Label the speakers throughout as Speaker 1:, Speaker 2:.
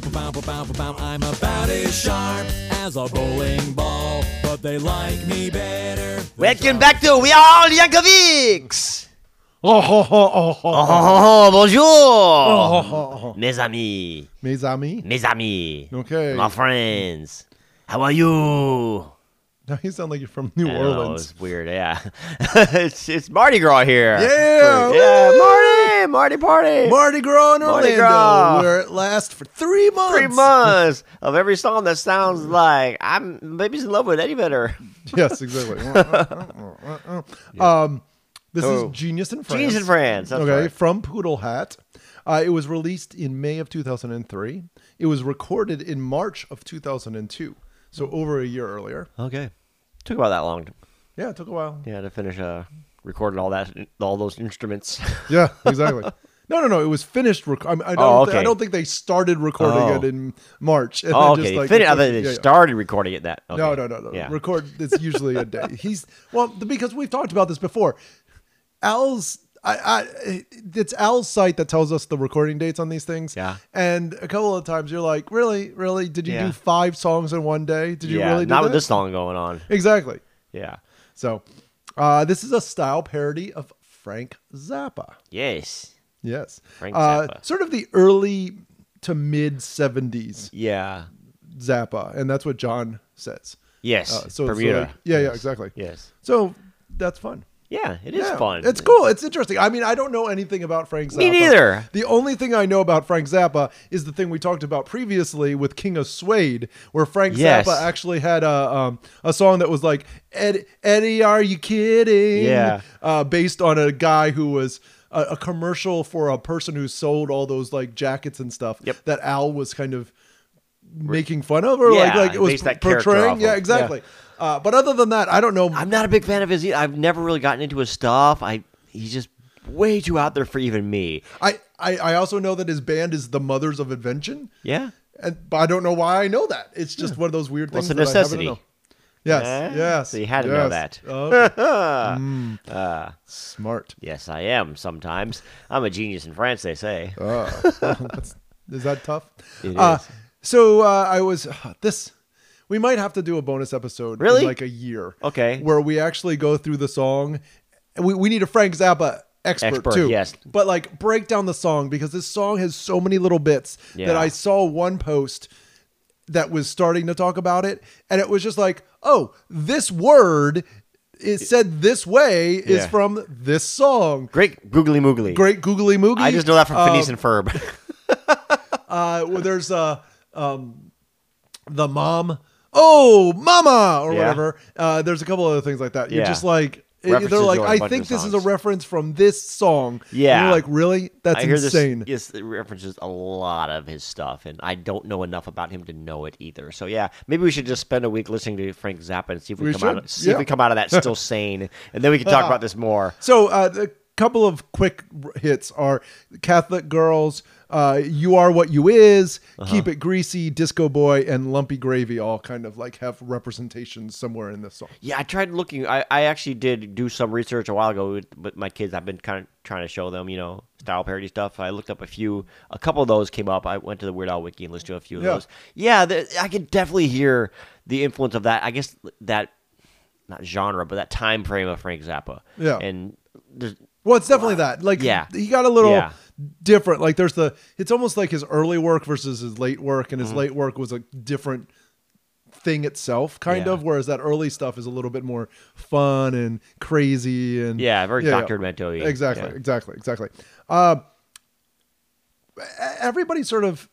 Speaker 1: Ba-ba-ba-ba-ba. I'm about as sharp as a bowling ball, but they like me better.
Speaker 2: Welcome back to We Are Yankovics!
Speaker 3: Oh, oh, oh, oh, oh.
Speaker 2: Oh, oh, oh, bonjour! Mes amis,
Speaker 3: Mes amis.
Speaker 2: mes amis,
Speaker 3: Okay.
Speaker 2: my friends, how are you?
Speaker 3: Now you sound like you're from New
Speaker 2: I know,
Speaker 3: Orleans.
Speaker 2: It's weird, yeah. it's, it's Mardi Gras here.
Speaker 3: Yeah,
Speaker 2: yeah, Mardi, Mardi party.
Speaker 3: Mardi Gras in
Speaker 2: Mardi Gras.
Speaker 3: where it lasts for three months.
Speaker 2: Three months of every song that sounds like I'm baby's in love with Eddie Vedder.
Speaker 3: yes, exactly. um, this
Speaker 2: Oh.
Speaker 3: is Genius in France.
Speaker 2: Genius in France, that's
Speaker 3: okay,
Speaker 2: right.
Speaker 3: from Poodle Hat. Uh, it was released in May of 2003. It was recorded in March of 2002, so over a year earlier.
Speaker 2: Okay, took about that long. To,
Speaker 3: Yeah, it took a while.
Speaker 2: yeah, to finish uh, recording all that, all those instruments.
Speaker 3: Yeah, exactly. No, no, no. It was finished. Rec- I, mean, I don't.
Speaker 2: Oh,
Speaker 3: thi-
Speaker 2: okay.
Speaker 3: I don't think they started recording
Speaker 2: Oh.
Speaker 3: it in March. and
Speaker 2: oh,
Speaker 3: then
Speaker 2: okay,
Speaker 3: just, like,
Speaker 2: Fin- I
Speaker 3: took-
Speaker 2: thought they
Speaker 3: yeah, yeah.
Speaker 2: started recording it that.
Speaker 3: No,
Speaker 2: okay.
Speaker 3: no, no, no.
Speaker 2: Yeah.
Speaker 3: Record. It's usually a day. He's well th- because we've talked about this before. Al's. I, I, it's Al's site that tells us the recording dates on these things.
Speaker 2: Yeah.
Speaker 3: And a couple of times you're like, really, really? Did you
Speaker 2: Yeah.
Speaker 3: do five songs in one day? Did you
Speaker 2: yeah,
Speaker 3: really do
Speaker 2: not with
Speaker 3: that?"
Speaker 2: this song going on.
Speaker 3: Exactly.
Speaker 2: Yeah.
Speaker 3: So, uh, this is a style parody of Frank Zappa.
Speaker 2: Yes.
Speaker 3: Yes.
Speaker 2: Frank
Speaker 3: Uh,
Speaker 2: Zappa.
Speaker 3: sort of the early to mid 70s
Speaker 2: Yeah.
Speaker 3: Zappa. And that's what John says.
Speaker 2: Yes.
Speaker 3: Uh, so it's
Speaker 2: Bermuda.
Speaker 3: like- yeah, yeah, exactly.
Speaker 2: Yes.
Speaker 3: So that's fun.
Speaker 2: Yeah, it is
Speaker 3: Yeah,
Speaker 2: fun.
Speaker 3: It's cool. It's interesting. I mean, I don't know anything about Frank Zappa.
Speaker 2: Me neither.
Speaker 3: The only thing I know about Frank Zappa is the thing we talked about previously with King of Suede, where Frank
Speaker 2: Yes.
Speaker 3: Zappa actually had a um, a song that was like Ed, Eddie, are you kidding?
Speaker 2: Yeah.
Speaker 3: uh, based on a guy who was. A, a commercial for a person who sold all those like jackets and stuff
Speaker 2: Yep.
Speaker 3: that Al was kind of making fun of, or like
Speaker 2: Yeah,
Speaker 3: like it was
Speaker 2: based that character off
Speaker 3: portraying. Yeah,
Speaker 2: of.
Speaker 3: exactly. Uh, but other than that, I don't know.
Speaker 2: I'm not a big fan of his. Either. I've never really gotten into his stuff. I he's just way too out there for even me.
Speaker 3: I, I I also know that his band is the Mothers of Invention,
Speaker 2: Yeah.
Speaker 3: and but I don't know why I know that. It's just one of those weird
Speaker 2: Well, it's
Speaker 3: things.
Speaker 2: a
Speaker 3: that I happen to
Speaker 2: necessity.
Speaker 3: know. Yes,
Speaker 2: Eh?
Speaker 3: yes.
Speaker 2: So you had to know
Speaker 3: yes. Uh,
Speaker 2: that.
Speaker 3: Okay. Mm. Smart.
Speaker 2: Yes, I am. Sometimes I'm a genius in France. They say.
Speaker 3: Uh, Is that tough?
Speaker 2: It
Speaker 3: Uh,
Speaker 2: is.
Speaker 3: so uh, I was this. We might have to do a bonus episode. in
Speaker 2: Really?
Speaker 3: like a year.
Speaker 2: Okay.
Speaker 3: Where we actually go through the song. We we need a Frank Zappa expert,
Speaker 2: Expert,
Speaker 3: too.
Speaker 2: yes.
Speaker 3: But like break down the song because this song has so many little bits
Speaker 2: Yeah.
Speaker 3: that I saw one post that was starting to talk about it, and it was just like, oh, this word. It said this way is
Speaker 2: Yeah.
Speaker 3: from this song.
Speaker 2: Great googly moogly.
Speaker 3: Great googly moogie.
Speaker 2: I just know that from
Speaker 3: Uh,
Speaker 2: Phineas and Ferb.
Speaker 3: uh, well, there's uh, um, the mom. Oh, mama, or
Speaker 2: Yeah.
Speaker 3: whatever. Uh, there's a couple other things like that. You're
Speaker 2: Yeah.
Speaker 3: just like it-
Speaker 2: References
Speaker 3: they're like,
Speaker 2: to a
Speaker 3: I
Speaker 2: bunch
Speaker 3: think
Speaker 2: of
Speaker 3: this is a
Speaker 2: songs.
Speaker 3: reference from this song. And
Speaker 2: Yeah.
Speaker 3: you're like, really? That's
Speaker 2: I hear
Speaker 3: insane.
Speaker 2: this. Yes, it references a lot of his stuff, and I don't know enough about him to know it either. So yeah, maybe we should just spend a week listening to Frank Zappa and see if we,
Speaker 3: We
Speaker 2: come out.
Speaker 3: should,
Speaker 2: Of, see if
Speaker 3: yeah.
Speaker 2: we come out of that still sane, and then we can talk about this more.
Speaker 3: So uh, a couple of quick r- hits are Catholic Girls, uh, You Are What You Is,
Speaker 2: Uh-huh.
Speaker 3: Keep It Greasy, Disco Boy, and Lumpy Gravy all kind of like have representations somewhere in this song.
Speaker 2: Yeah, I tried looking. I, I actually did do some research a while ago with, with my kids. I've been kind of trying to show them, you know, style parody stuff. I looked up a few. A couple of those came up. I went to the Weird Al Wiki and listened to a few of
Speaker 3: Yeah.
Speaker 2: those. Yeah, the, I can definitely hear the influence of that. I guess that not genre, but that time frame of Frank Zappa.
Speaker 3: Yeah.
Speaker 2: and there's-
Speaker 3: Well, it's definitely that. Like,
Speaker 2: Yeah.
Speaker 3: he got a little
Speaker 2: Yeah.
Speaker 3: different. Like, there's the. It's almost like his early work versus his late work, and his
Speaker 2: Mm-hmm.
Speaker 3: late work was a different thing itself, kind
Speaker 2: Yeah.
Speaker 3: of. Whereas that early stuff is a little bit more fun and crazy and
Speaker 2: Yeah, very Dr. Demento-y.
Speaker 3: Exactly,
Speaker 2: Yeah.
Speaker 3: exactly, exactly. Uh, e- everybody sort of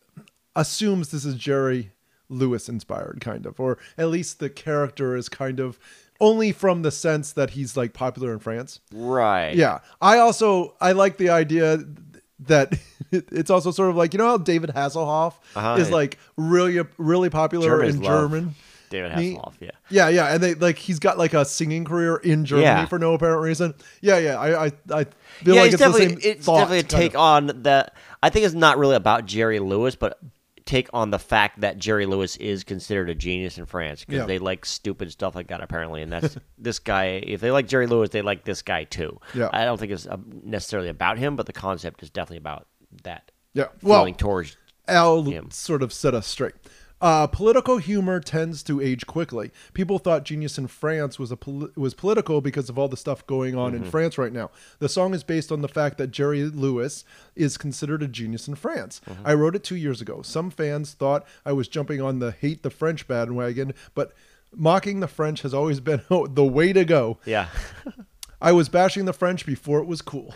Speaker 3: assumes this is Jerry Lewis inspired, kind of, or at least the character is kind of only from the sense that he's like popular in France.
Speaker 2: right.
Speaker 3: Yeah. I also I like the idea that it's also sort of like you know how David Hasselhoff
Speaker 2: Uh-huh.
Speaker 3: is like really really popular
Speaker 2: Germans
Speaker 3: in
Speaker 2: love
Speaker 3: German.
Speaker 2: David
Speaker 3: Neat.
Speaker 2: Hasselhoff. Yeah.
Speaker 3: Yeah, yeah, and they like he's got like a singing career in Germany
Speaker 2: Yeah.
Speaker 3: for no apparent reason. Yeah, yeah, I I, I feel
Speaker 2: yeah, it's,
Speaker 3: like it's,
Speaker 2: definitely
Speaker 3: the same.
Speaker 2: it's
Speaker 3: thought,
Speaker 2: definitely a
Speaker 3: kind of.
Speaker 2: take on the. I think it's not really about Jerry Lewis, but take on the fact that Jerry Lewis is considered a genius in France because
Speaker 3: Yeah.
Speaker 2: they like stupid stuff like that apparently, and that's this guy. If they like Jerry Lewis, they like this guy too.
Speaker 3: Yeah.
Speaker 2: I um, don't think it's uh, necessarily about him, but the concept is definitely about that.
Speaker 3: Yeah, well,
Speaker 2: feeling towards
Speaker 3: Al
Speaker 2: Him.
Speaker 3: sort of set us straight. Uh, political humor tends to age quickly. People thought Genius in France was a poli- was political because of all the stuff going on in France right now. The song is based on the fact that Jerry Lewis is considered a genius in France. I wrote it two years ago. Some fans thought I was jumping on the hate the French bandwagon, but mocking the French has always been the way to go.
Speaker 2: Yeah.
Speaker 3: I was bashing the French before it was cool.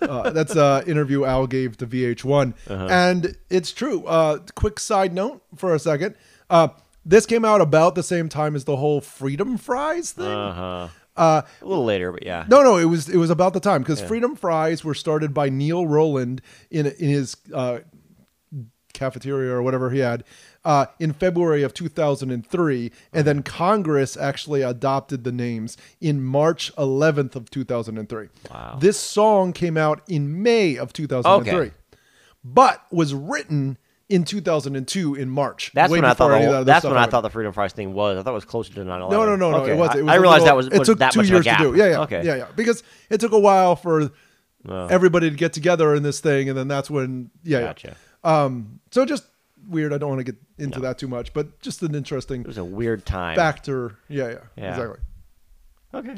Speaker 3: Uh, that's an interview Al gave to VH1. And it's true. Uh, quick side note for a second. Uh, this came out about the same time as the whole freedom fries thing.
Speaker 2: Uh-huh. a little later, but yeah.
Speaker 3: No, no, it was it was about the time because Freedom Fries were started by Neil Rowland in in his uh, cafeteria or whatever he had uh, in February of 2003, and then Congress actually adopted the names in March 11th of 2003.
Speaker 2: Wow.
Speaker 3: This song came out in May of 2003,
Speaker 2: Okay.
Speaker 3: but was written in 2002 in March.
Speaker 2: That's
Speaker 3: way
Speaker 2: when I thought
Speaker 3: before
Speaker 2: the
Speaker 3: any of that
Speaker 2: whole,
Speaker 3: other
Speaker 2: that's
Speaker 3: stuff
Speaker 2: when I
Speaker 3: happened.
Speaker 2: thought the Freedom Fries thing was. I thought it was closer to 9/11.
Speaker 3: No, no, no, no.
Speaker 2: Okay,
Speaker 3: It wasn't. It
Speaker 2: I-
Speaker 3: was
Speaker 2: I
Speaker 3: a
Speaker 2: realized
Speaker 3: little-
Speaker 2: that was
Speaker 3: It took
Speaker 2: that
Speaker 3: two
Speaker 2: much of
Speaker 3: years
Speaker 2: a gap.
Speaker 3: to do. Yeah, yeah.
Speaker 2: Okay.
Speaker 3: Yeah, yeah. Because it took a while for everybody to get together in this thing, and then that's when. Yeah. yeah.
Speaker 2: Gotcha.
Speaker 3: Um. So just weird. I don't want to get into that too much, but just an interesting
Speaker 2: It was a weird time.
Speaker 3: factor. Yeah, yeah.
Speaker 2: Yeah.
Speaker 3: Exactly.
Speaker 2: Okay.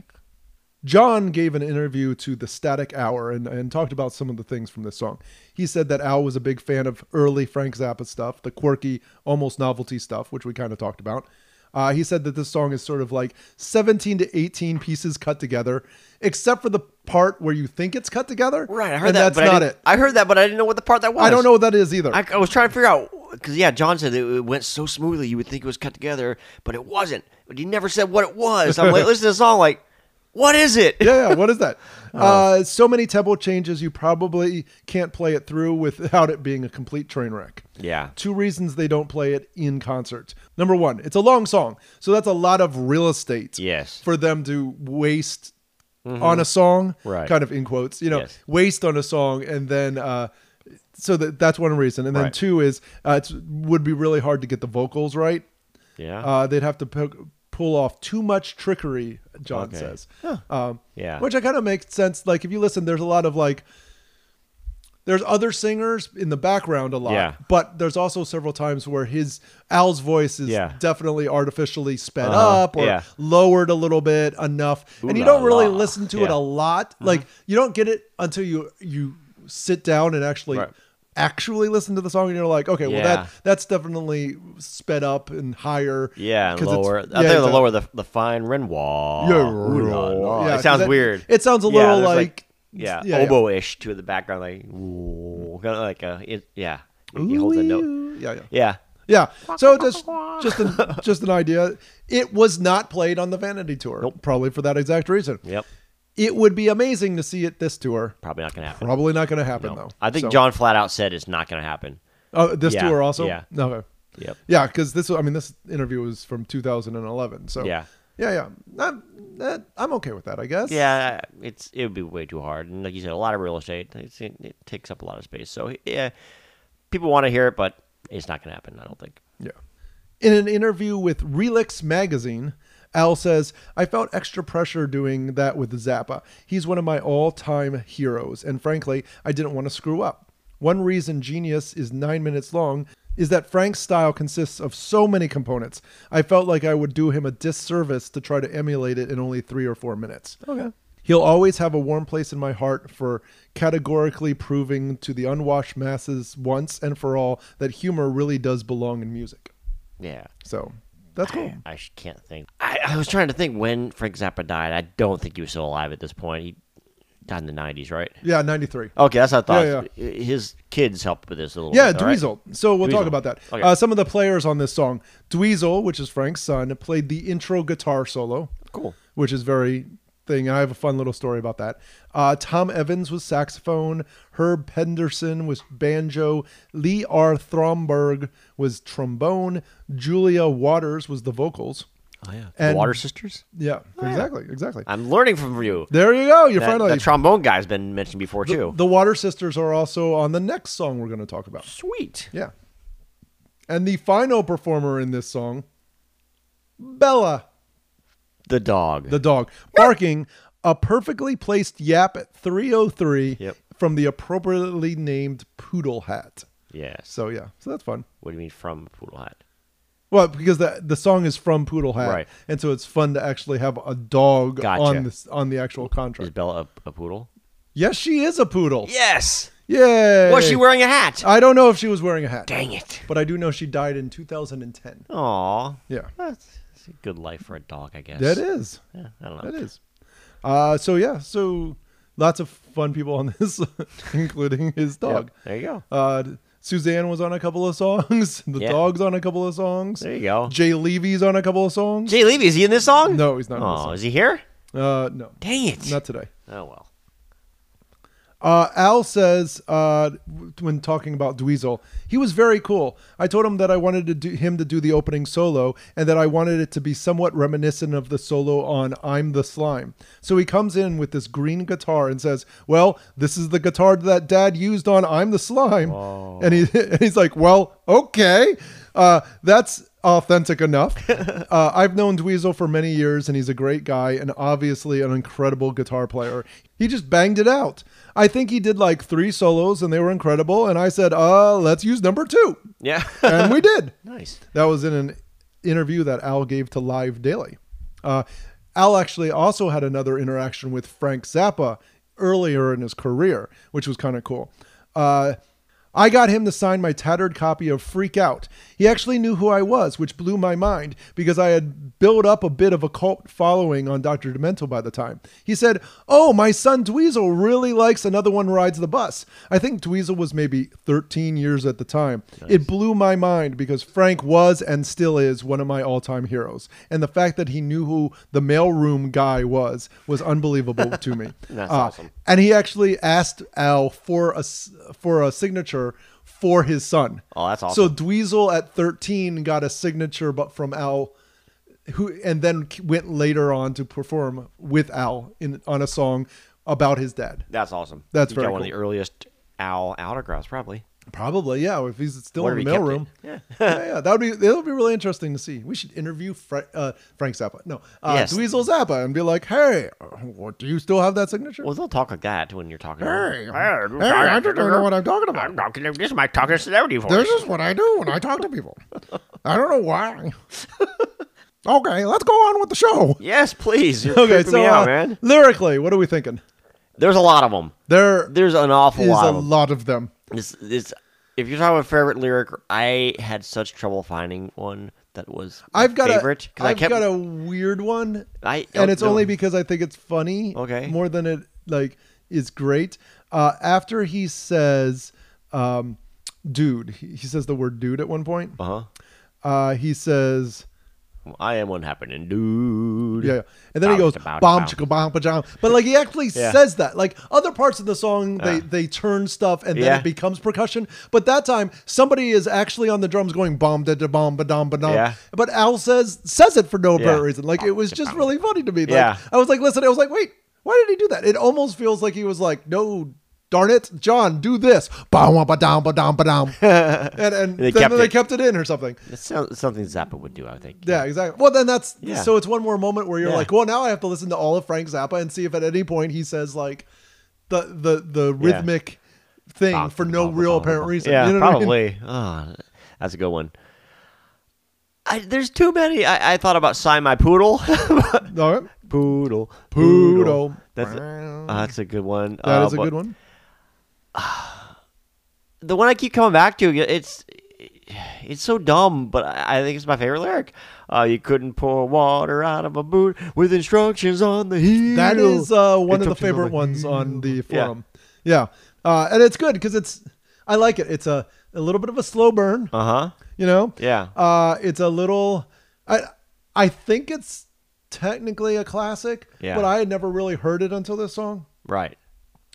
Speaker 3: John gave an interview to the Static Hour and, and talked about some of the things from this song. He said that Al was a big fan of early Frank Zappa stuff, the quirky, almost novelty stuff, which we kind of talked about. Uh, he said that this song is sort of like 17 to 18 pieces cut together, except for the part where you think it's cut together.
Speaker 2: Right, I heard
Speaker 3: and
Speaker 2: that.
Speaker 3: That's
Speaker 2: but I
Speaker 3: not
Speaker 2: didn't-
Speaker 3: it.
Speaker 2: I heard that, but I didn't know what the part that was.
Speaker 3: I don't know what that is either.
Speaker 2: I, I was trying to figure out because yeah, John said it, it went so smoothly you would think it was cut together, but it wasn't. But he never said what it was. I'm like, listening to the song, like, what is it?
Speaker 3: yeah, yeah. What is that?
Speaker 2: Oh.
Speaker 3: Uh, so many tempo changes, you probably can't play it through without it being a complete train wreck.
Speaker 2: Yeah.
Speaker 3: Two reasons they don't play it in concert. Number one, it's a long song, so that's a lot of real estate.
Speaker 2: Yes. Mm-hmm.
Speaker 3: For them to waste on a song,
Speaker 2: Right.
Speaker 3: Kind of in quotes, you know,
Speaker 2: Yes.
Speaker 3: waste on a song, and then. Uh, so that that's one reason, and then
Speaker 2: Right.
Speaker 3: two is uh, it would be really hard to get the vocals right.
Speaker 2: Yeah.
Speaker 3: Uh, they'd have to pu- pull off too much trickery, John
Speaker 2: Okay.
Speaker 3: says. Um,
Speaker 2: Yeah.
Speaker 3: Which I kind of makes sense. Like, if you listen, there's a lot of like, there's other singers in the background a lot,
Speaker 2: Yeah.
Speaker 3: but there's also several times where his Al's voice is
Speaker 2: Yeah.
Speaker 3: definitely artificially sped
Speaker 2: Uh-huh.
Speaker 3: up or
Speaker 2: Yeah.
Speaker 3: lowered a little bit enough, and
Speaker 2: Ooh
Speaker 3: you
Speaker 2: la
Speaker 3: don't really
Speaker 2: la.
Speaker 3: listen to it
Speaker 2: Yeah. Mm-hmm.
Speaker 3: a lot. Like, you don't get it until you you sit down and actually.
Speaker 2: Right.
Speaker 3: Actually, listen to the song, and you're like, okay, well,
Speaker 2: Yeah.
Speaker 3: that that's definitely sped up and higher.
Speaker 2: yeah, and
Speaker 3: 'Cause it's-
Speaker 2: lower. I think
Speaker 3: yeah,
Speaker 2: the
Speaker 3: it's a-
Speaker 2: lower the the fine Renoir.
Speaker 3: Yeah,
Speaker 2: Ooh la la.
Speaker 3: yeah,
Speaker 2: it
Speaker 3: 'cause
Speaker 2: sounds weird.
Speaker 3: It sounds a
Speaker 2: Yeah,
Speaker 3: little
Speaker 2: there's
Speaker 3: like,
Speaker 2: yeah,
Speaker 3: yeah, yeah.
Speaker 2: oboe-ish to the background, like ooh, kind of like a it, yeah. He holds a note.
Speaker 3: Ooh, Yeah, yeah,
Speaker 2: Yeah.
Speaker 3: yeah. So just just an, just an idea. It was not played on the Vanity tour, probably for that exact reason.
Speaker 2: Yep.
Speaker 3: It would be amazing to see it this tour.
Speaker 2: Probably not gonna happen.
Speaker 3: Probably not going to happen though.
Speaker 2: I think
Speaker 3: So-
Speaker 2: John flat out said it's not gonna happen.
Speaker 3: Oh, this
Speaker 2: Yeah,
Speaker 3: tour also.
Speaker 2: yeah.
Speaker 3: No.
Speaker 2: Yep.
Speaker 3: Yeah, because this. I mean, this interview was from 2011. So
Speaker 2: Yeah.
Speaker 3: yeah, yeah. I'm, that, I'm okay with that, I guess.
Speaker 2: Yeah, it's it would be way too hard, and like you said, a lot of real estate. It's, it, it takes up a lot of space. So yeah, people want to hear it, but it's not gonna happen. I don't think.
Speaker 3: Yeah. In an interview with Relix magazine, Al says, I felt extra pressure doing that with Zappa. He's one of my all time heroes, and frankly, I didn't want to screw up. One reason Genius is nine minutes long is that Frank's style consists of so many components. I felt like I would do him a disservice to try to emulate it in only three or four minutes. Okay. He'll always have a warm place in my heart for categorically proving to the unwashed masses once and for all that humor really does belong in music.
Speaker 2: Yeah,
Speaker 3: So that's cool.
Speaker 2: I sh- can't think. I, I was trying to think when Frank Zappa died. I don't think he was still alive at this point. He died in the '90s, right?
Speaker 3: Yeah, 93.
Speaker 2: Okay, that's what I
Speaker 3: Yeah,
Speaker 2: thought. His kids helped with this a little.
Speaker 3: Yeah,
Speaker 2: bit, Oh, all right?
Speaker 3: Dweezil. So we'll talk
Speaker 2: Dweezil.
Speaker 3: about that.
Speaker 2: Okay.
Speaker 3: Uh, some of the players on this song Dweezil, which is Frank's son, played the intro guitar solo.
Speaker 2: Cool.
Speaker 3: Which is very thing. And I have a fun little story about that. Uh, Tom Evans was saxophone. Herb Henderson was banjo. Lee R. Thornburg was trombone. Julia Waters was the vocals.
Speaker 2: Oh yeah,
Speaker 3: And-
Speaker 2: the Water Sisters.
Speaker 3: Yeah, exactly. Exactly.
Speaker 2: I'm learning from you.
Speaker 3: There you go. You're
Speaker 2: Oh, That,
Speaker 3: finally.
Speaker 2: that trombone guy's been mentioned before too.
Speaker 3: the Water Sisters are also on the next song we're going to talk about.
Speaker 2: Sweet.
Speaker 3: Yeah. And the final performer in this song, Bella
Speaker 2: The dog.
Speaker 3: the dog, barking a perfectly placed yap at 303
Speaker 2: Yep.
Speaker 3: from the appropriately named poodle hat.
Speaker 2: Yes.
Speaker 3: So yeah, so that's fun.
Speaker 2: What do you mean from Poodle Hat?
Speaker 3: Well, because the the song is from Poodle Hat,
Speaker 2: Right.
Speaker 3: and so it's fun to actually have a dog
Speaker 2: Gotcha.
Speaker 3: on this on the actual
Speaker 2: Is
Speaker 3: contract.
Speaker 2: Bella a, a poodle?
Speaker 3: Yes, she is a poodle.
Speaker 2: Yes.
Speaker 3: Yay!
Speaker 2: Was she wearing a hat?
Speaker 3: I don't know if she was wearing a hat.
Speaker 2: Dang it.
Speaker 3: But I do know she died in 2010.
Speaker 2: Aw.
Speaker 3: Yeah,
Speaker 2: That's, that's a good life for a dog, I guess.
Speaker 3: that is.
Speaker 2: Yeah, I don't know.
Speaker 3: That is. Uh, so yeah, so lots of fun people on this, including his
Speaker 2: Yep,
Speaker 3: dog.
Speaker 2: There you go.
Speaker 3: Uh, Suzanne was on a couple of songs. The
Speaker 2: Yeah.
Speaker 3: dog's on a couple of songs.
Speaker 2: There you go.
Speaker 3: Jay Levy's on a couple of songs.
Speaker 2: Jay Levy, is he in this song?
Speaker 3: no, he's not. on this
Speaker 2: Oh,
Speaker 3: song.
Speaker 2: is he here?
Speaker 3: Uh, no,
Speaker 2: Dang it.
Speaker 3: not today.
Speaker 2: oh, well.
Speaker 3: Uh, Al says uh, w- when talking about Dweezil, he was very cool. I told him that I wanted to do him to do the opening solo and that I wanted it to be somewhat reminiscent of the solo on "I'm the Slime." So he comes in with this green guitar and says, "Well, this is the guitar that Dad used on "I'm the Slime," and he and he's like, "Well, okay, uh, that's." Authentic enough. uh, I've known Dweezil for many years, and he's a great guy and obviously an incredible guitar player. He just banged it out. I think he did like three solos and they were incredible. And I said, uh, let's use number two.
Speaker 2: Yeah.
Speaker 3: And we did.
Speaker 2: nice.
Speaker 3: That was in an interview that Al gave to Live Daily. Uh, Al actually also had another interaction with Frank Zappa earlier in his career, which was kind of cool. Uh, I got him to sign my tattered copy of Freak Out. He actually knew who I was, which blew my mind because I had built up a bit of a cult following on Dr. Demento by the time. He said, Oh, my son Dweezil really likes Another One Rides the Bus. I think Dweezil was maybe 13 years at the time. It blew my mind because Frank was and still is one of my all time heroes. And the fact that he knew who the mailroom guy was was unbelievable to me.
Speaker 2: That's
Speaker 3: Uh,
Speaker 2: awesome.
Speaker 3: And he actually asked Al for a, s- for a signature for his son.
Speaker 2: Oh, that's
Speaker 3: So
Speaker 2: awesome.
Speaker 3: Dweezil at 13 got a signature, but from Al, who and then k- went later on to perform with Al in on a song about his dad.
Speaker 2: That's awesome.
Speaker 3: That's
Speaker 2: He's
Speaker 3: very
Speaker 2: got one of the
Speaker 3: cool.
Speaker 2: earliest owl autographs, probably.
Speaker 3: Probably, yeah. If he's still
Speaker 2: Wonder
Speaker 3: in the
Speaker 2: if he kept
Speaker 3: mailroom,
Speaker 2: it. Yeah.
Speaker 3: yeah, yeah, that would be that would be really interesting to see. We should interview Fra- uh, Frank Zappa, no, uh,
Speaker 2: Yes.
Speaker 3: Dweezil Zappa, and be like, "Hey, uh, what do you still have that signature?"
Speaker 2: Well, they'll talk like that when you're talking. to
Speaker 4: Hey,
Speaker 2: them.
Speaker 4: hey, I don't know what I'm talking
Speaker 5: I'm
Speaker 4: about.
Speaker 5: talking to this is my talking celebrity voice.
Speaker 4: This is what I do when I talk to people. I don't know why. Okay, let's go on with the show.
Speaker 2: Yes, please. You're
Speaker 3: okay,
Speaker 2: creeping
Speaker 3: so
Speaker 2: me out,
Speaker 3: uh,
Speaker 2: man.
Speaker 3: lyrically, what are we thinking?
Speaker 2: There's a lot of them.
Speaker 3: There
Speaker 2: There's an awful
Speaker 3: is
Speaker 2: lot.
Speaker 3: a
Speaker 2: of 'em.
Speaker 3: lot of them.
Speaker 2: It's, it's, if you're talking about favorite lyric, I had such trouble finding one that was my
Speaker 3: I've got
Speaker 2: favorite
Speaker 3: a,
Speaker 2: because
Speaker 3: I've
Speaker 2: I kept
Speaker 3: got a weird one,
Speaker 2: I don't
Speaker 3: and it's only
Speaker 2: know.
Speaker 3: because I think it's funny.
Speaker 2: Okay.
Speaker 3: more than it like is great. Uh, after he says, um, "Dude," he, he says the word "dude" at one point.
Speaker 2: Uh-huh.
Speaker 3: Uh, he says,
Speaker 2: I am one happening, dude.
Speaker 3: "Yeah," yeah. and then he goes,
Speaker 2: Bounce, bounce,
Speaker 3: "Bomb
Speaker 2: bounce."
Speaker 3: chicka bomb pajam." But like he actually
Speaker 2: Yeah.
Speaker 3: says that. Like other parts of the song, they
Speaker 2: Yeah.
Speaker 3: they turn stuff and then
Speaker 2: Yeah.
Speaker 3: it becomes percussion. But that time, somebody is actually on the drums going bomb da da bomb ba dom ba dom.
Speaker 2: Yeah.
Speaker 3: But Al says says it for no
Speaker 2: Yeah.
Speaker 3: apparent reason. Like it was just really funny to me. Like,
Speaker 2: Yeah.
Speaker 3: I was like, listen, I was like, wait, why did he do that? It almost feels like he was like, no. Darn it, John, do this. Ba ba down ba down ba down. And and
Speaker 2: They
Speaker 3: then, then
Speaker 2: kept
Speaker 3: they
Speaker 2: it.
Speaker 3: kept it in or something.
Speaker 2: It sounds something Zappa would do, I think.
Speaker 3: Yeah, exactly. Well, then that's
Speaker 2: Yeah.
Speaker 3: so it's one more moment where you're
Speaker 2: Yeah.
Speaker 3: like, well, now I have to listen to all of Frank Zappa and see if at any point he says like the the the rhythmic thing
Speaker 2: Bonk,
Speaker 3: for no
Speaker 2: bonk,
Speaker 3: real
Speaker 2: bonk,
Speaker 3: apparent
Speaker 2: bonk.
Speaker 3: reason.
Speaker 2: Yeah,
Speaker 3: You know what I mean?
Speaker 2: probably. Ah, that's a good one. I, there's too many. I, I thought about sign my poodle. poodle,
Speaker 3: All right.
Speaker 2: poodle,
Speaker 3: Poodle.
Speaker 2: That's a, ah, that's a good one.
Speaker 3: That
Speaker 2: Uh,
Speaker 3: is a
Speaker 2: but
Speaker 3: good one.
Speaker 2: The one I keep coming back to. It's it's so dumb, but I, I think it's my favorite lyric. Uh, you couldn't pour water out of a boot with instructions on the heel.
Speaker 3: That is uh, one of
Speaker 2: Instructions
Speaker 3: the
Speaker 2: on
Speaker 3: favorite
Speaker 2: the
Speaker 3: ones on the
Speaker 2: Yeah.
Speaker 3: forum. Yeah, Uh, and it's good because it's I like it. It's a a little bit of a slow burn.
Speaker 2: Uh huh.
Speaker 3: you know
Speaker 2: Yeah.
Speaker 3: uh it's a little i i think it's technically a classic
Speaker 2: Yeah.
Speaker 3: but i had never really heard it until this song
Speaker 2: Right.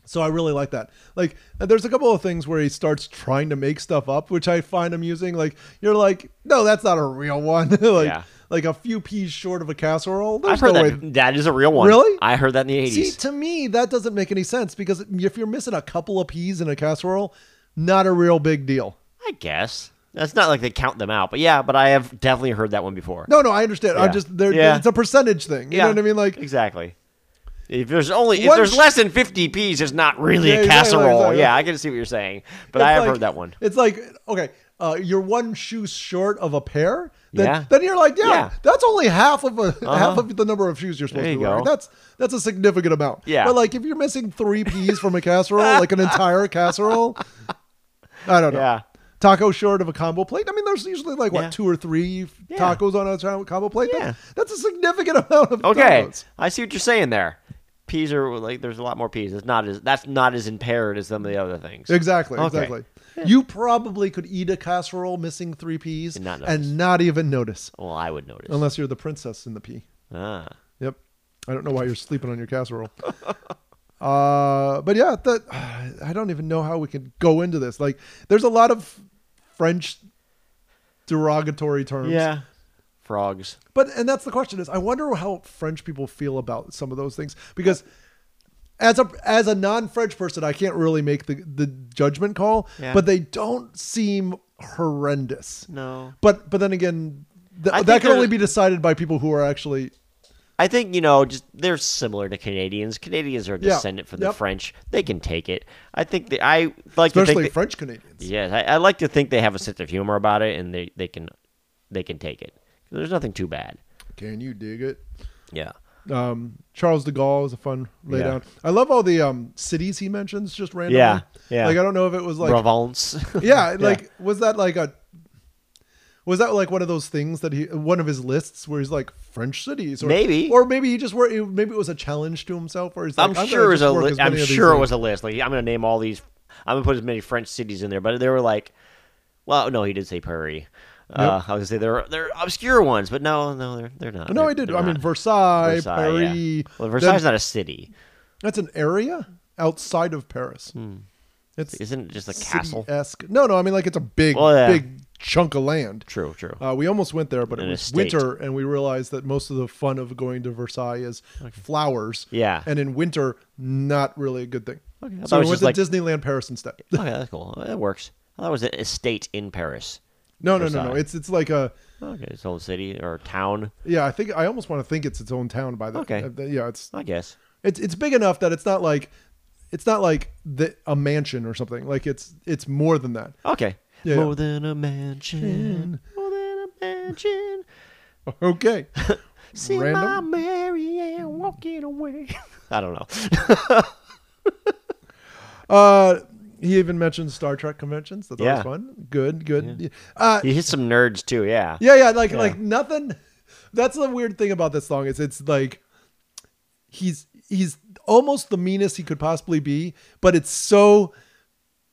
Speaker 3: so i really like that like there's a couple of things where he starts trying to make stuff up which i find amusing like you're like no that's not a real one like
Speaker 2: Yeah.
Speaker 3: like a few peas short of a casserole there's
Speaker 2: I've heard
Speaker 3: no
Speaker 2: that.
Speaker 3: way
Speaker 2: That is a real one.
Speaker 3: Really?
Speaker 2: I heard that in the eighties.
Speaker 3: See, to me, that doesn't make any sense because if you're missing a couple of peas in a casserole, not a real big deal.
Speaker 2: I guess. That's not like they count them out, but yeah, but I have definitely heard that one before.
Speaker 3: No, no, I understand.
Speaker 2: Yeah.
Speaker 3: I'm just, there.
Speaker 2: Yeah.
Speaker 3: it's a percentage thing. You
Speaker 2: yeah.
Speaker 3: know what I mean? Like,
Speaker 2: exactly. If there's only if
Speaker 3: One
Speaker 2: there's
Speaker 3: sh-
Speaker 2: less than 50 P's, it's not really
Speaker 3: Yeah,
Speaker 2: a
Speaker 3: exactly,
Speaker 2: casserole.
Speaker 3: exactly.
Speaker 2: Yeah, I can see what you're saying, but I
Speaker 3: It's
Speaker 2: have
Speaker 3: like-
Speaker 2: heard that one.
Speaker 3: It's like okay, uh, you're one shoe short of a pair. Then,
Speaker 2: Yeah.
Speaker 3: then you're like, yeah,
Speaker 2: Yeah. Uh-huh.
Speaker 3: that's only half of a half of the number of shoes you're supposed
Speaker 2: There
Speaker 3: to
Speaker 2: you
Speaker 3: be wearing.
Speaker 2: go.
Speaker 3: That's that's a significant amount.
Speaker 2: Yeah.
Speaker 3: But like if you're missing three peas from a casserole, like an entire casserole, I don't know.
Speaker 2: Yeah.
Speaker 3: Taco short of a combo plate. I mean, there's usually like what
Speaker 2: Yeah.
Speaker 3: two or three f-
Speaker 2: Yeah.
Speaker 3: tacos on a ta- combo plate.
Speaker 2: Yeah.
Speaker 3: That's, that's a significant amount of
Speaker 2: Okay,
Speaker 3: tacos.
Speaker 2: I see what you're saying there. Peas are like there's a lot more peas. It's not as that's not as impaired as some of the other things.
Speaker 3: Exactly.
Speaker 2: Okay.
Speaker 3: Exactly. You probably could eat a casserole missing three peas
Speaker 2: And not notice.
Speaker 3: and not even notice.
Speaker 2: Well, I would notice.
Speaker 3: Unless you're the princess in the pea.
Speaker 2: ah.
Speaker 3: Yep. I don't know why you're sleeping on your casserole. uh, but yeah, that I don't even know how we can go into this. Like, there's a lot of French derogatory terms.
Speaker 2: Yeah. Frogs.
Speaker 3: But and that's the question is I wonder how French people feel about some of those things because as a as a non-French person I can't really make the the judgment call
Speaker 2: Yeah.
Speaker 3: but they don't seem horrendous.
Speaker 2: No.
Speaker 3: But but then again th-
Speaker 2: I
Speaker 3: that
Speaker 2: think
Speaker 3: can only
Speaker 2: there's-
Speaker 3: be decided by people who are actually
Speaker 2: I think you know, just they're similar to Canadians. Canadians are a
Speaker 3: Yeah.
Speaker 2: descendant from the
Speaker 3: Yep.
Speaker 2: French. They can take it. I think that I like to
Speaker 3: especially
Speaker 2: think. That,
Speaker 3: French Canadians.
Speaker 2: yes, I, I like to think they have a sense of humor about it, and they, they can they can take it. There's nothing too bad.
Speaker 3: Can you dig it?
Speaker 2: Yeah.
Speaker 3: Um, Charles de Gaulle is a fun lay
Speaker 2: Yeah.
Speaker 3: down. I love all the um, cities he mentions just randomly.
Speaker 2: Yeah, yeah.
Speaker 3: Like I don't know if it was like
Speaker 2: Provence.
Speaker 3: yeah, like was that like a was that like one of those things that he one of his lists where he's like French cities or
Speaker 2: Maybe.
Speaker 3: or maybe he just were maybe it was a challenge to himself where he's like
Speaker 2: I'm,
Speaker 3: gonna
Speaker 2: sure it was
Speaker 3: just
Speaker 2: a
Speaker 3: work
Speaker 2: li-
Speaker 3: as
Speaker 2: I'm
Speaker 3: many of these
Speaker 2: sure it
Speaker 3: things."
Speaker 2: was a list. Like I'm gonna name all these. I'm gonna put as many French cities in there, but they were like, well, no, he did say Paris. Uh, I was gonna say they're they're obscure ones, but no, no, they're they're not.
Speaker 3: No,
Speaker 2: They're-
Speaker 3: I did.
Speaker 2: they're
Speaker 3: I mean
Speaker 2: not.
Speaker 3: Versailles,
Speaker 2: Versailles, yeah.
Speaker 3: Paris.
Speaker 2: Well,
Speaker 3: then-
Speaker 2: Versailles is not a city.
Speaker 3: That's an area outside of Paris.
Speaker 2: Hmm.
Speaker 3: It's
Speaker 2: Isn't it just a castle?
Speaker 3: esque. No, no, I mean like it's a big
Speaker 2: Well, yeah.
Speaker 3: big chunk of land.
Speaker 2: True, true.
Speaker 3: Uh, we almost went there, but it
Speaker 2: An
Speaker 3: was
Speaker 2: estate.
Speaker 3: winter, and we realized that most of the fun of going to Versailles is flowers.
Speaker 2: Yeah.
Speaker 3: and in winter, not really a good thing.
Speaker 2: Okay, I thought
Speaker 3: so
Speaker 2: it
Speaker 3: we
Speaker 2: was
Speaker 3: went
Speaker 2: just
Speaker 3: to
Speaker 2: like-
Speaker 3: Disneyland Paris instead.
Speaker 2: okay, that's cool. That works. I thought it was an estate in Paris.
Speaker 3: No, no, no, no.
Speaker 2: Versailles.
Speaker 3: It's it's like a
Speaker 2: Okay, its own city or town,
Speaker 3: yeah. I think I almost want to think it's its own town by the
Speaker 2: Okay.
Speaker 3: uh, yeah, it's
Speaker 2: I guess.
Speaker 3: it's it's big enough that it's not like it's not like the, a mansion or something. Like it's it's more than that.
Speaker 2: Okay.
Speaker 3: Yeah.
Speaker 2: More than a mansion. More than a mansion. Oh.
Speaker 3: Okay,
Speaker 2: See my
Speaker 3: Random.
Speaker 2: Mary Ann walking away. I don't know.
Speaker 3: Uh, he even mentioned Star Trek conventions. That's
Speaker 2: Yeah.
Speaker 3: always fun. Good, good. Uh,
Speaker 2: He hit some nerds too. Yeah.
Speaker 3: Yeah, yeah, like like nothing. That's the weird thing about this song is it's like he's he's almost the meanest he could possibly be, but it's so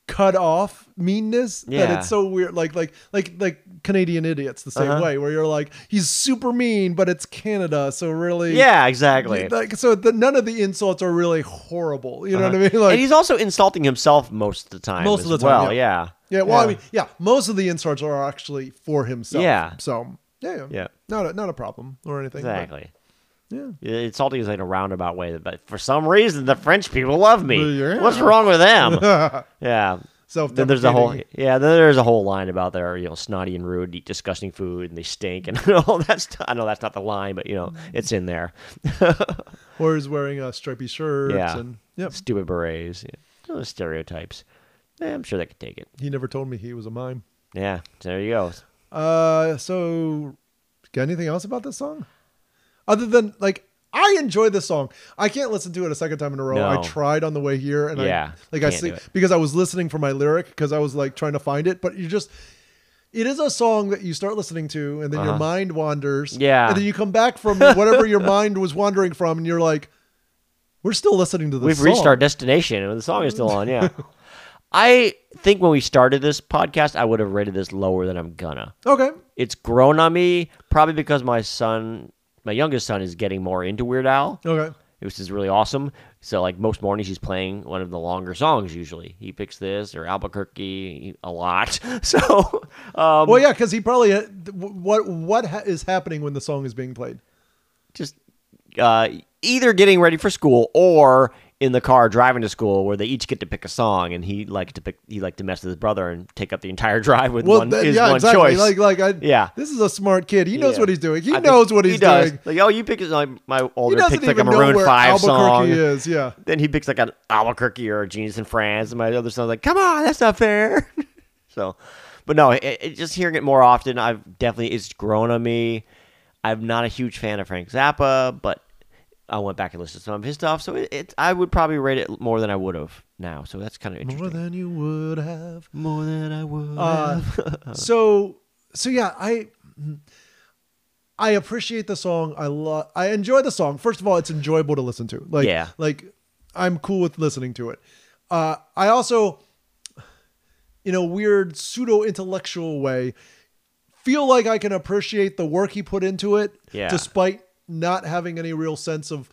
Speaker 3: cut off meanness that
Speaker 2: Yeah.
Speaker 3: it's so weird. Like like like like Canadian idiots the same
Speaker 2: Uh-huh.
Speaker 3: way, where you're like he's super mean, but it's Canada, so really
Speaker 2: Yeah, exactly. Uh-huh.
Speaker 3: Like so, the, none of the insults are really horrible. You know what I mean?
Speaker 2: and
Speaker 3: Like,
Speaker 2: he's also insulting himself most of the time.
Speaker 3: Most of
Speaker 2: as
Speaker 3: the time,
Speaker 2: Well, yeah.
Speaker 3: yeah. Well, I mean, yeah. Most of the insults are actually for himself.
Speaker 2: Yeah.
Speaker 3: So yeah, yeah,
Speaker 2: Yeah.
Speaker 3: Not a, not a problem or anything. but-
Speaker 2: Exactly.
Speaker 3: Yeah.
Speaker 2: Insulting is like a roundabout way, but for some reason the French people love me.
Speaker 3: Yeah.
Speaker 2: What's wrong with them? yeah. Then there's a whole
Speaker 3: Self-deprecating.
Speaker 2: yeah. Then there's a whole line about they're you know snotty and rude, eat disgusting food, and they stink, and all that's. I know that's not the line, but you know it's in there.
Speaker 3: or is wearing a stripy shirt.
Speaker 2: Yeah.
Speaker 3: And, yep.
Speaker 2: Stupid berets. Yeah. Those stereotypes. Eh, I'm sure they could take it.
Speaker 3: He never told me he was a mime.
Speaker 2: Yeah. So there you go.
Speaker 3: Uh, so, got anything else about this song? Other than, like, I enjoy this song. I can't listen to it a second time in a row. I
Speaker 2: No.
Speaker 3: tried on the way here, and
Speaker 2: Yeah,
Speaker 3: I like I
Speaker 2: can't
Speaker 3: see
Speaker 2: do it.
Speaker 3: because I was listening for my lyric because I was like trying to find it. But you just, it is a song that you start listening to, and then your mind wanders.
Speaker 2: Uh-huh. Yeah.
Speaker 3: and then you come back from whatever your mind was wandering from, and you're like, we're still listening to this.
Speaker 2: We've reached
Speaker 3: song."
Speaker 2: our destination, and the song is still on. Yeah. I think when we started this podcast, I would have rated this lower than I'm gonna.
Speaker 3: okay.
Speaker 2: It's grown on me, probably because my son, my youngest son, is getting more into Weird Al.
Speaker 3: Okay.
Speaker 2: This is really awesome. So, like most mornings, he's playing one of the longer songs. Usually, he picks this or Albuquerque a lot. So, um,
Speaker 3: Well, yeah, because he probably uh, what what ha- is happening when the song is being played.
Speaker 2: just uh, either getting ready for school or in the car driving to school where they each get to pick a song, and he liked to pick. He liked to mess with his brother and take up the entire drive with one
Speaker 3: that-
Speaker 2: his one choice.
Speaker 3: Like, like, I,
Speaker 2: Yeah.
Speaker 3: This is a smart kid. He knows
Speaker 2: Yeah.
Speaker 3: what he's doing. He
Speaker 2: I think
Speaker 3: knows what he's
Speaker 2: he does.
Speaker 3: doing.
Speaker 2: Like, oh, you pick like my
Speaker 3: He
Speaker 2: older
Speaker 3: doesn't
Speaker 2: picks like a
Speaker 3: even know
Speaker 2: Maroon
Speaker 3: where
Speaker 2: Five
Speaker 3: Albuquerque
Speaker 2: song.
Speaker 3: is. Yeah.
Speaker 2: Then he picks like an Albuquerque or a Genius in France, and my other son's like, "Come on, that's not fair." so, but no, it, it, just hearing it more often, I've definitely it's grown on me. I'm not a huge fan of Frank Zappa, but I went back and listened to some of his stuff, so it, it I would probably rate it more than I would have now. So that's kind of interesting.
Speaker 3: More than you would have.
Speaker 2: More than I would.
Speaker 3: Uh, so so yeah, I I appreciate the song. I love I enjoy the song. First of all, it's enjoyable to listen to. Like
Speaker 2: Yeah.
Speaker 3: like I'm cool with listening to it. Uh I also in a weird pseudo intellectual way feel like I can appreciate the work he put into it
Speaker 2: Yeah.
Speaker 3: despite not having any real sense of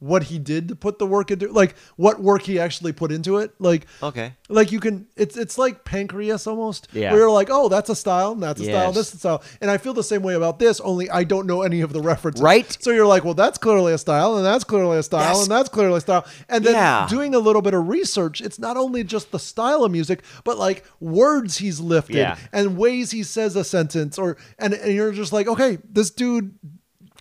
Speaker 3: what he did to put the work into like what work he actually put into it like
Speaker 2: okay.
Speaker 3: like you can it's it's like pancreas almost
Speaker 2: Yeah.
Speaker 3: where you're like oh that's a style and that's a style
Speaker 2: Yes.
Speaker 3: this is a style and i feel the same way about this only i don't know any of the references
Speaker 2: Right.
Speaker 3: so you're like well that's clearly a style and that's clearly a style
Speaker 2: That's-
Speaker 3: and that's clearly a style and then
Speaker 2: Yeah.
Speaker 3: doing a little bit of research it's not only just the style of music but like words he's lifted
Speaker 2: Yeah.
Speaker 3: and ways he says a sentence or and, and you're just like okay this dude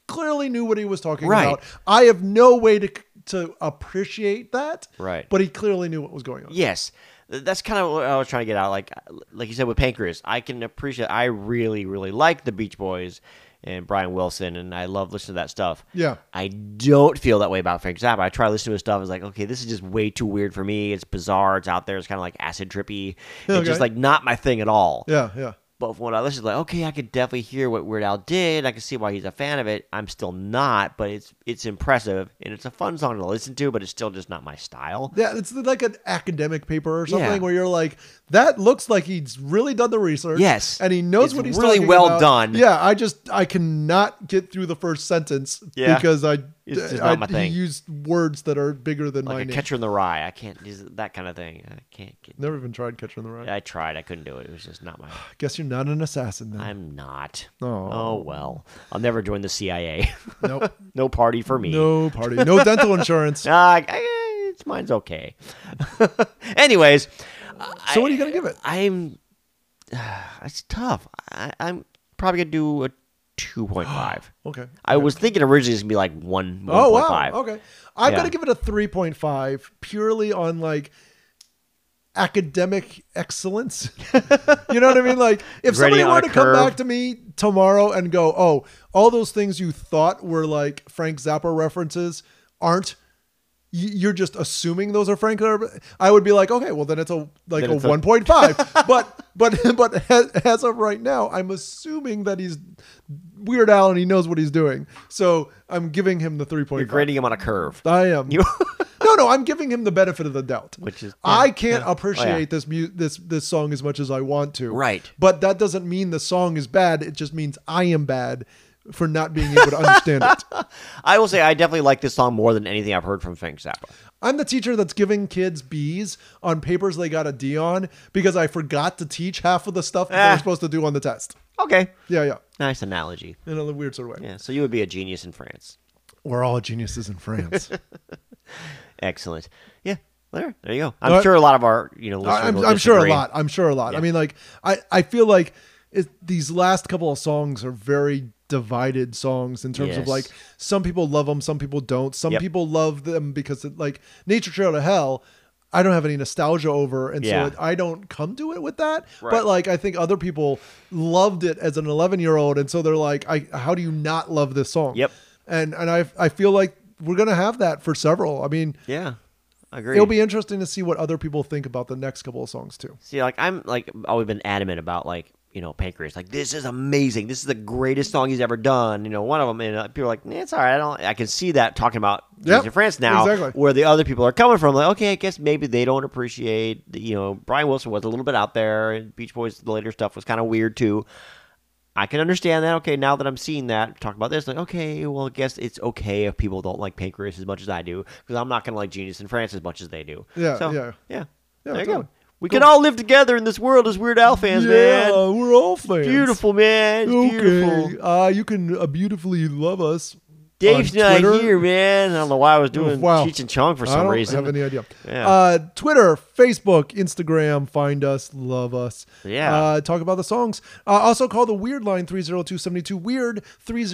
Speaker 3: clearly knew what he was talking
Speaker 2: Right.
Speaker 3: about i have no way to to appreciate that
Speaker 2: Right.
Speaker 3: but he clearly knew what was going on
Speaker 2: Yes, Th- that's kind of what I was trying to get out. Like, uh, like you said with Pancreas, I can appreciate. I really, really like the Beach Boys and Brian Wilson, and I love listening to that stuff.
Speaker 3: Yeah.
Speaker 2: I don't feel that way about Frank Zappa. I try to listen to his stuff. It's like, okay, this is just way too weird for me. It's bizarre. It's out there. It's kind of like acid trippy. It's
Speaker 3: Okay.
Speaker 2: just like not my thing at all.
Speaker 3: yeah yeah
Speaker 2: But from what I listened, to, like okay, I could definitely hear what Weird Al did. I can see why he's a fan of it. I'm still not, but it's it's impressive and it's a fun song to listen to. But it's still just not my style.
Speaker 3: Yeah, it's like an academic paper or something
Speaker 2: Yeah.
Speaker 3: where you're like, that looks like he's really done the research.
Speaker 2: Yes.
Speaker 3: and he knows
Speaker 2: It's
Speaker 3: what he's
Speaker 2: really
Speaker 3: talking
Speaker 2: well
Speaker 3: about.
Speaker 2: done.
Speaker 3: Yeah, I just I cannot get through the first sentence
Speaker 2: Yeah.
Speaker 3: because I,
Speaker 2: It's just
Speaker 3: I
Speaker 2: not my thing.
Speaker 3: he used words that are bigger than my
Speaker 2: like a
Speaker 3: name.
Speaker 2: catcher in the rye. I can't is that kind of thing. I can't get.
Speaker 3: Never even tried catcher in the rye.
Speaker 2: I tried. I couldn't do it. It was just not my.
Speaker 3: Guess you're not an assassin then.
Speaker 2: I'm not.
Speaker 3: Oh.
Speaker 2: Oh well. I'll never join the CIA.
Speaker 3: Nope.
Speaker 2: no party for me.
Speaker 3: no party, no dental insurance.
Speaker 2: Ah, I- I- it's mine's okay. Anyways. I-
Speaker 3: So what are you gonna give it?
Speaker 2: I'm. It's tough. I, I'm probably gonna do a two point five.
Speaker 3: Okay.
Speaker 2: I was thinking originally it's gonna be like one. 1.5.
Speaker 3: Oh wow. Okay. I've
Speaker 2: Yeah.
Speaker 3: got to give it a 3.5 purely on like academic excellence. you know what I mean? Like if
Speaker 2: Grading
Speaker 3: somebody
Speaker 2: on
Speaker 3: were
Speaker 2: a
Speaker 3: to come
Speaker 2: curve.
Speaker 3: back to me tomorrow and go, "Oh, all those things you thought were like Frank Zappa references aren't y- you're just assuming those are Frank Zappa," I would be like, "Okay, well then it's a like
Speaker 2: Then
Speaker 3: a
Speaker 2: it's a-
Speaker 3: 1.5." but but but as, as of right now, I'm assuming that he's Weird Al and he knows what he's doing. So I'm giving him the 3.5.
Speaker 2: You're grading him on a curve.
Speaker 3: I am.
Speaker 2: You-
Speaker 3: no, no, I'm giving him the benefit of the doubt.
Speaker 2: Which is-
Speaker 3: I can't appreciate
Speaker 2: Oh, yeah.
Speaker 3: this mu- this this song as much as I want to.
Speaker 2: Right.
Speaker 3: But that doesn't mean the song is bad. It just means I am bad for not being able to understand it.
Speaker 2: I will say I definitely like this song more than anything I've heard from Frank Zappa.
Speaker 3: I'm the teacher that's giving kids B's on papers they got a D on because I forgot to teach half of the stuff that they
Speaker 2: Ah.
Speaker 3: were supposed to do on the test.
Speaker 2: Okay.
Speaker 3: Yeah, yeah.
Speaker 2: Nice analogy.
Speaker 3: In a weird sort of way.
Speaker 2: Yeah, so you would be a genius in France.
Speaker 3: We're all geniuses in France.
Speaker 2: Excellent. Yeah, there, there you go. I'm
Speaker 3: Alright.
Speaker 2: sure a lot of our, you know, listeners
Speaker 3: Uh, I- I'm,
Speaker 2: will
Speaker 3: I'm sure a
Speaker 2: disagree.
Speaker 3: lot. I'm sure a lot.
Speaker 2: Yeah.
Speaker 3: I mean, like I, I feel like it, these last couple of songs are very divided songs in terms of
Speaker 2: Yes.
Speaker 3: like some people love them, some people don't. Some
Speaker 2: Yep.
Speaker 3: people love them because it, like Nature Trail to Hell. I don't have any nostalgia over, and
Speaker 2: Yeah.
Speaker 3: so it, I don't come to it with that.
Speaker 2: Right.
Speaker 3: But like, I think other people loved it as an 11 year old, and so they're like, "I how do you not love this song?"
Speaker 2: Yep.
Speaker 3: And and I I feel like we're gonna have that for several. I mean,
Speaker 2: Yeah, I agree.
Speaker 3: it'll be interesting to see what other people think about the next couple of songs too.
Speaker 2: See, like I'm like always been adamant about like you know Pancreas. Like this is amazing. This is the greatest song he's ever done. You know, one of them. And uh, people are like, nah, it's all right. I don't. I can see that talking about
Speaker 3: Yep,
Speaker 2: Genius in France now,
Speaker 3: exactly.
Speaker 2: where the other people are coming from. Like, okay, I guess maybe they don't appreciate. You know, Brian Wilson was a little bit out there, and Beach Boys the later stuff was kind of weird too. I can understand that. Okay, now that I'm seeing that, talk about this. Like, okay, well, I guess it's okay if people don't like Pancreas as much as I do, because I'm not going to like Genius in France as much as they do.
Speaker 3: Yeah,
Speaker 2: So,
Speaker 3: yeah.
Speaker 2: yeah.
Speaker 3: Yeah,
Speaker 2: there you
Speaker 3: totally.
Speaker 2: go. We can all live together in this world as Weird Al fans,
Speaker 3: yeah,
Speaker 2: man.
Speaker 3: we're all fans.
Speaker 2: Beautiful, man. It's
Speaker 3: Okay.
Speaker 2: beautiful.
Speaker 3: Uh, you can uh, beautifully love us
Speaker 2: Dave's
Speaker 3: on
Speaker 2: not
Speaker 3: Twitter.
Speaker 2: here, man. I don't know why I was doing
Speaker 3: Wow.
Speaker 2: Cheech and Chong for some
Speaker 3: I don't
Speaker 2: reason.
Speaker 3: have any idea.
Speaker 2: Yeah.
Speaker 3: Uh, Twitter, Facebook, Instagram, find us, love us.
Speaker 2: Yeah.
Speaker 3: Uh, talk about the songs. Uh, also call the Weird Line 30272 Weird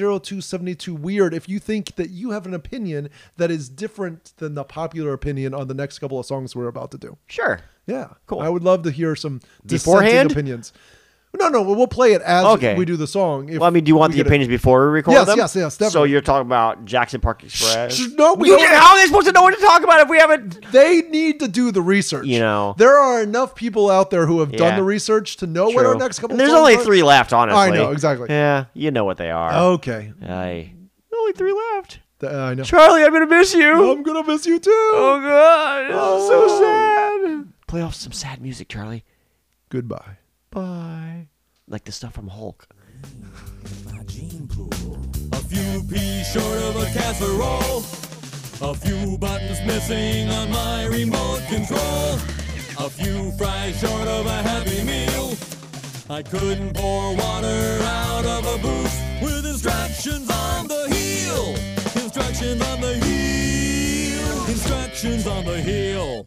Speaker 3: 30272 Weird. If you think that you have an opinion that is different than the popular opinion on the next couple of songs we're about to do.
Speaker 2: Sure.
Speaker 3: Yeah,
Speaker 2: Cool.
Speaker 3: I would love to hear some
Speaker 2: Beforehand?
Speaker 3: dissenting opinions. No, no, we'll play it as
Speaker 2: Okay.
Speaker 3: we do the song. If
Speaker 2: Well, I mean, do you want
Speaker 3: we
Speaker 2: the
Speaker 3: get it.
Speaker 2: opinions before we record
Speaker 3: Yes,
Speaker 2: them?
Speaker 3: yes, yes,
Speaker 2: So
Speaker 3: definitely.
Speaker 2: you're talking about Jackson Park Express?
Speaker 3: No, we
Speaker 2: You-
Speaker 3: don't-
Speaker 2: how are they supposed to know what to talk about if we haven't?
Speaker 3: they need to do the research.
Speaker 2: You know.
Speaker 3: there are enough people out there who have
Speaker 2: Yeah.
Speaker 3: done the research to know what our
Speaker 2: True.
Speaker 3: next couple.
Speaker 2: And there's
Speaker 3: songs
Speaker 2: only
Speaker 3: are.
Speaker 2: three left, honestly.
Speaker 3: I know exactly. Oh.
Speaker 2: Yeah, you know what they are.
Speaker 3: Okay,
Speaker 2: Aye. Only three left.
Speaker 3: Th- uh, I know.
Speaker 2: Charlie, I'm gonna miss you.
Speaker 3: I'm gonna miss you too.
Speaker 2: oh God, this is so sad. Oh. Play off some sad music, Charlie.
Speaker 3: Goodbye.
Speaker 2: Bye. Like the stuff from Hulk.
Speaker 1: my gene pool. A few peas short of a casserole. A few buttons missing on my remote control. A few fries short of a happy meal. I couldn't pour water out of a booth with instructions on the heel. Instructions on the heel. Instructions on the heel.